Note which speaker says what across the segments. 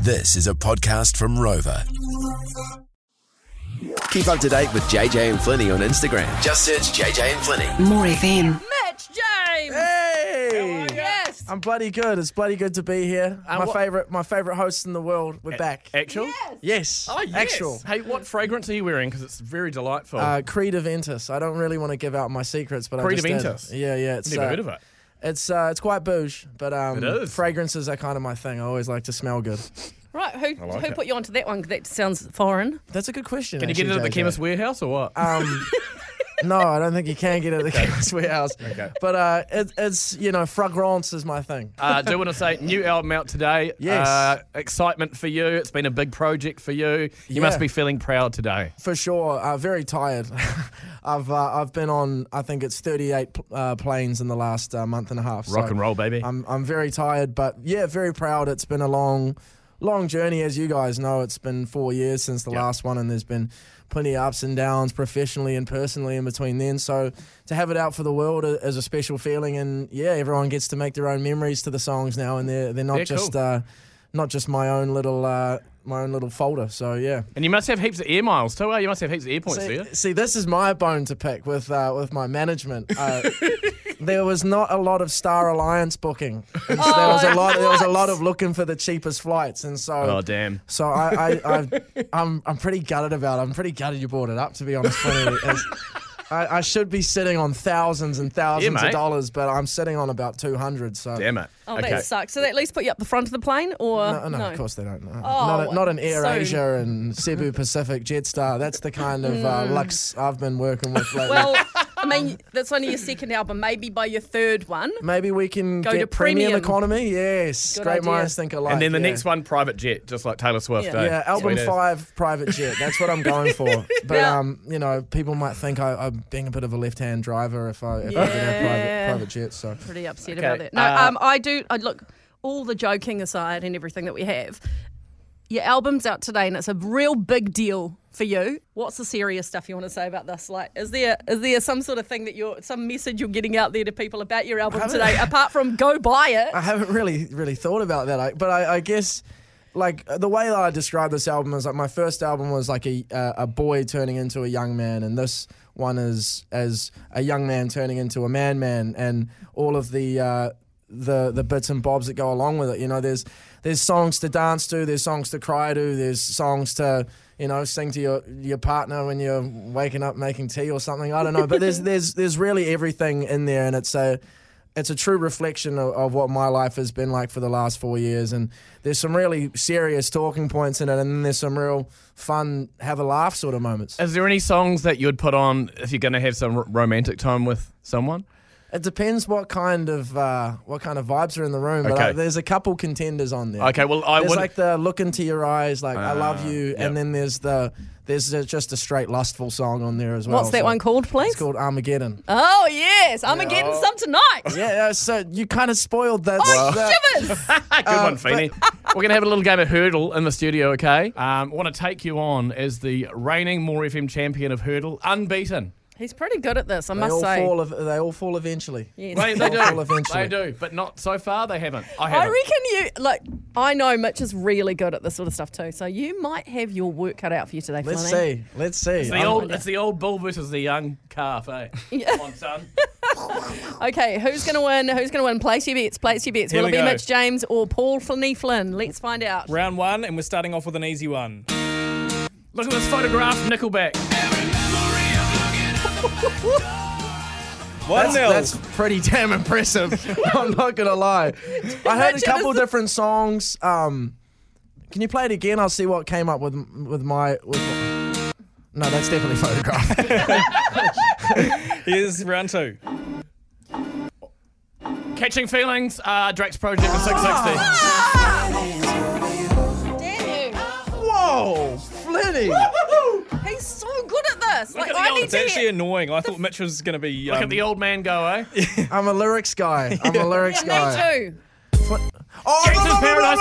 Speaker 1: This is a podcast from Rover.
Speaker 2: Keep up to date with JJ and Flinny on Instagram. Just search JJ and Flinny.
Speaker 3: More FM.
Speaker 4: Mitch James.
Speaker 5: Hey!
Speaker 4: Yes.
Speaker 5: I'm bloody good. It's bloody good to be here. my
Speaker 6: what-
Speaker 5: favorite, my favorite host in the world. We're back.
Speaker 6: Actual? Yes.
Speaker 5: yes.
Speaker 6: Oh, yes.
Speaker 5: Actual.
Speaker 6: Hey, what fragrance are you wearing? Because it's very delightful.
Speaker 5: Uh, Creed Aventus. I don't really want to give out my secrets, but
Speaker 6: Creed
Speaker 5: I just did.
Speaker 6: Aventus?
Speaker 5: Yeah, yeah. It's,
Speaker 6: Never
Speaker 5: uh,
Speaker 6: heard of it.
Speaker 5: It's uh, it's quite bouge, but um,
Speaker 6: It is.
Speaker 5: fragrances are kind of my thing. I always like to smell good.
Speaker 4: Right. Who
Speaker 6: like
Speaker 4: who
Speaker 6: it.
Speaker 4: put you onto that one? 'Cause That sounds foreign.
Speaker 5: That's a good question.
Speaker 6: Can you get it at the chemist warehouse or what?
Speaker 5: Um, no, I don't think you can get it at the chemist warehouse.
Speaker 6: Okay.
Speaker 5: But uh, it, it's you know, fragrance is my thing.
Speaker 6: uh, do want to say new album out today.
Speaker 5: Yes.
Speaker 6: Uh, excitement for you. It's been a big project for you. You
Speaker 5: Yeah.
Speaker 6: must be feeling proud today.
Speaker 5: For sure, uh, very tired. I've uh, I've been on I think it's 38 pl- uh, planes in the last uh, month and a half.
Speaker 6: Rock and roll, baby.
Speaker 5: I'm I'm very tired, but yeah, very proud. It's been a long, long journey, as you guys know. It's been four years since the last one, and there's been plenty of ups and downs professionally and personally in between then. So to have it out for the world i- is a special feeling, and yeah, everyone gets to make their own memories to the songs now, and they're they're not
Speaker 6: Yeah, cool.
Speaker 5: just uh, not just my own little. Uh, my own little folder, so yeah.
Speaker 6: And you must have heaps of air miles too. eh? You must have heaps of air points, do
Speaker 5: See,
Speaker 6: you?
Speaker 5: see, this is my bone to pick with uh, with my management. Uh, there was not a lot of Star Alliance booking. And so there was a lot. There was a lot of looking for the cheapest flights, and so.
Speaker 6: Oh, damn.
Speaker 5: So I, I, I I'm I'm pretty gutted about. it. I'm pretty gutted you brought it up. To be honest, Funny, It's- I, I should be sitting on thousands and thousands of
Speaker 6: mate.
Speaker 5: dollars, but I'm sitting on about two hundred. So
Speaker 6: Damn it.
Speaker 4: Oh, that sucks. So they at least put you up the front of the plane, or
Speaker 5: No, no, of course they don't. No.
Speaker 4: Oh,
Speaker 5: not, not an Air
Speaker 4: so-
Speaker 5: Asia and Cebu Pacific Jetstar. That's the kind of uh, lux I've been working with lately.
Speaker 4: Hmm. Well, I mean, that's only your second album. Maybe by your third one.
Speaker 5: Maybe we can
Speaker 4: Go
Speaker 5: get
Speaker 4: to
Speaker 5: premium.
Speaker 4: premium.
Speaker 5: economy. Yes,
Speaker 4: Good
Speaker 5: great
Speaker 4: idea.
Speaker 5: minds think alike.
Speaker 6: and then the
Speaker 5: yeah.
Speaker 6: next one, private jet, just like Taylor Swift.
Speaker 4: Yeah.
Speaker 6: eh?
Speaker 5: Yeah, album
Speaker 6: Sweet as.
Speaker 5: five, private jet. That's what I'm going for. But
Speaker 4: Now-
Speaker 5: um, you know, people might think I, I'm being a bit of a left-hand driver if I if I didn't have private
Speaker 4: Yeah.
Speaker 5: private jet. So
Speaker 4: Pretty upset
Speaker 6: Okay,
Speaker 4: about that. No,
Speaker 6: uh,
Speaker 4: um, I do. I look. All the joking aside and everything that we have, your album's out today, and it's a real big deal for you. What's the serious stuff you want to say about this? Like, is there is there some sort of thing that you're some message you're getting out there to people about your album
Speaker 5: haven't-
Speaker 4: today, apart from go buy it?
Speaker 5: I haven't really really thought about that. I, but I, I guess like the way that I describe this album is like my first album was like a uh, a boy turning into a young man, and this one is as a young man turning into a man man, and all of the. Uh, the the bits and bobs that go along with it you know there's there's songs to dance to there's songs to cry to there's songs to you know sing to your your partner when you're waking up making tea or something i don't know but there's there's there's really everything in there and it's a it's a true reflection of, of what my life has been like for the last four years. And there's some really serious talking points in it, and then there's some real fun, have a laugh sort of moments.
Speaker 6: Is there any songs that you'd put on if you're going to have some r- romantic time with someone?
Speaker 5: It depends what kind of uh, what kind of vibes are in the room, but
Speaker 6: Okay.
Speaker 5: uh there's a couple contenders on there.
Speaker 6: Okay, well, I
Speaker 5: there's
Speaker 6: would.
Speaker 5: like the look into your eyes, like I love
Speaker 6: Ah,
Speaker 5: you,
Speaker 6: yep.
Speaker 5: and then there's the there's uh, just a straight lustful song on there as well.
Speaker 4: What's that
Speaker 5: so
Speaker 4: one called, please?
Speaker 5: Oh, It's called Armageddon.
Speaker 4: Oh yes, I'm a getting some tonight.
Speaker 5: yeah, uh, so you kind of spoiled that.
Speaker 4: Oh,
Speaker 5: uh, that-
Speaker 4: Shivers.
Speaker 6: Good one, Feeney. We're going to have a little game of hurdle in the studio, okay? Um, want to take you on as the reigning More FM champion of hurdle, unbeaten.
Speaker 4: He's pretty good at this, I
Speaker 5: they
Speaker 4: must
Speaker 5: all
Speaker 4: say.
Speaker 5: fall. ev- They all fall eventually.
Speaker 4: Yes.
Speaker 6: They,
Speaker 5: They'll
Speaker 6: they do.
Speaker 5: fall eventually.
Speaker 6: They do, but not so far. They haven't. I
Speaker 4: I
Speaker 6: haven't.
Speaker 4: reckon you like. I know Mitch is really good at this sort of stuff too, so you might have your work cut out for you today. Flanny.
Speaker 5: Let's see. Let's see.
Speaker 6: it's, the old, it's the old bull versus the young calf, eh? Come on, son.
Speaker 4: Okay, who's gonna win? Who's gonna win? Place your bets. Place your bets.
Speaker 7: Here
Speaker 4: Will it
Speaker 7: we
Speaker 4: be
Speaker 7: go.
Speaker 4: Mitch James or Paul Flanny Flynn? Let's find out.
Speaker 7: Round one, and we're starting off with an easy one.
Speaker 6: Look at this photograph, Nickelback.
Speaker 7: One nil.
Speaker 5: That's pretty damn impressive. I'm not gonna lie. I heard a couple different songs. Um, can you play it again? I'll see what came up with with my. With, no, that's definitely photograph.
Speaker 7: Here's round two.
Speaker 6: Catching Feelings, uh, Drake's Project at
Speaker 5: Ah.
Speaker 6: 660.
Speaker 4: Damn you!
Speaker 5: Whoa, Flinny!
Speaker 4: He's so good at this. Like
Speaker 7: Look at the
Speaker 4: I
Speaker 7: old-
Speaker 4: need
Speaker 7: it's
Speaker 4: to
Speaker 7: actually
Speaker 4: hear.
Speaker 7: annoying. I thought Mitch was going to be.
Speaker 6: Look
Speaker 7: um,
Speaker 6: at the old man go, eh?
Speaker 5: I'm a lyrics guy. I'm a lyrics
Speaker 4: Me
Speaker 5: guy.
Speaker 4: too.
Speaker 5: Oh,
Speaker 6: Gangsta's Paradise,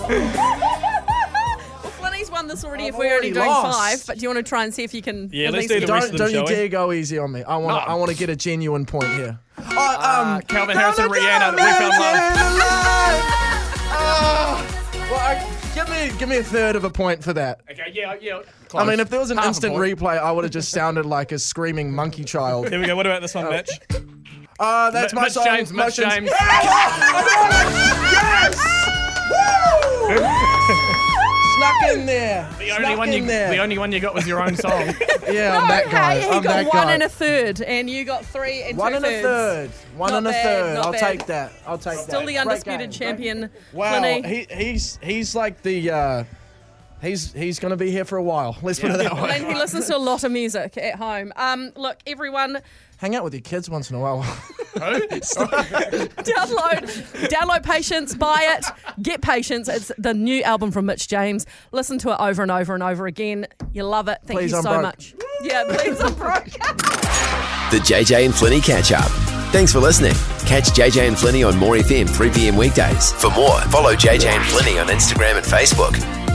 Speaker 6: Coolio.
Speaker 4: Well, Flanny's won this already.
Speaker 5: I've
Speaker 4: if we're already doing
Speaker 5: already lost.
Speaker 4: five, but do you want to try and see if you can?
Speaker 7: Yeah,
Speaker 4: at
Speaker 7: let's
Speaker 4: least
Speaker 7: do the
Speaker 4: get-
Speaker 7: rest
Speaker 5: Don't
Speaker 7: of them,
Speaker 5: don't you
Speaker 7: shall we?
Speaker 5: dare go easy on me. I want to
Speaker 6: No.
Speaker 5: I want to get a genuine point here. Oh, um,
Speaker 6: Calvin Harris and Rihanna, We Found Love.
Speaker 5: Ah. give me give me a third of a point for that.
Speaker 6: Okay, yeah, yeah.
Speaker 5: I
Speaker 6: Close.
Speaker 5: mean, if there was an
Speaker 6: Half a
Speaker 5: instant
Speaker 6: point.
Speaker 5: replay, I would have just sounded like a screaming monkey child.
Speaker 7: There we go. What about this one, Mitch?
Speaker 5: Uh, that's
Speaker 6: M-
Speaker 5: my
Speaker 6: Mitch
Speaker 5: song.
Speaker 6: James, Mitch
Speaker 5: Motions.
Speaker 6: James.
Speaker 5: Snuck in there.
Speaker 6: The
Speaker 5: Snuck
Speaker 6: only, one
Speaker 5: in
Speaker 6: you,
Speaker 5: there.
Speaker 6: the only one you got was your own song.
Speaker 5: yeah, I'm that guy.
Speaker 4: Hey, he
Speaker 5: I'm
Speaker 4: got
Speaker 5: that
Speaker 4: one
Speaker 5: guy.
Speaker 4: and a third, and you got three and
Speaker 5: one
Speaker 4: two
Speaker 5: and a
Speaker 4: thirds.
Speaker 5: third. One
Speaker 4: Not
Speaker 5: and a
Speaker 4: bad,
Speaker 5: third.
Speaker 4: not
Speaker 5: I'll
Speaker 4: bad.
Speaker 5: take that. I'll take that.
Speaker 4: Still the
Speaker 5: Great game.
Speaker 4: undisputed
Speaker 5: Great
Speaker 4: champion.
Speaker 5: Wow,
Speaker 4: Flinny.
Speaker 5: he, he's he's like the uh, he's he's gonna be here for a while. Let's put it that way.
Speaker 4: Lane, he listens to a lot of music at home. Um, look, everyone,
Speaker 5: Hang out with your kids once in a while.
Speaker 4: download, download Patience, buy it, get Patience. It's the new album from Mitch James. Listen to it over and over and over again. You love it. Thank
Speaker 5: Please,
Speaker 4: you
Speaker 5: I'm
Speaker 4: so
Speaker 5: broke.
Speaker 4: much. Yeah, please, I'm broke.
Speaker 2: The JJ and Flinny catch up. Thanks for listening. Catch JJ and Flinny on More FM 3 p.m. weekdays. For more, follow JJ and Flinny on Instagram and Facebook.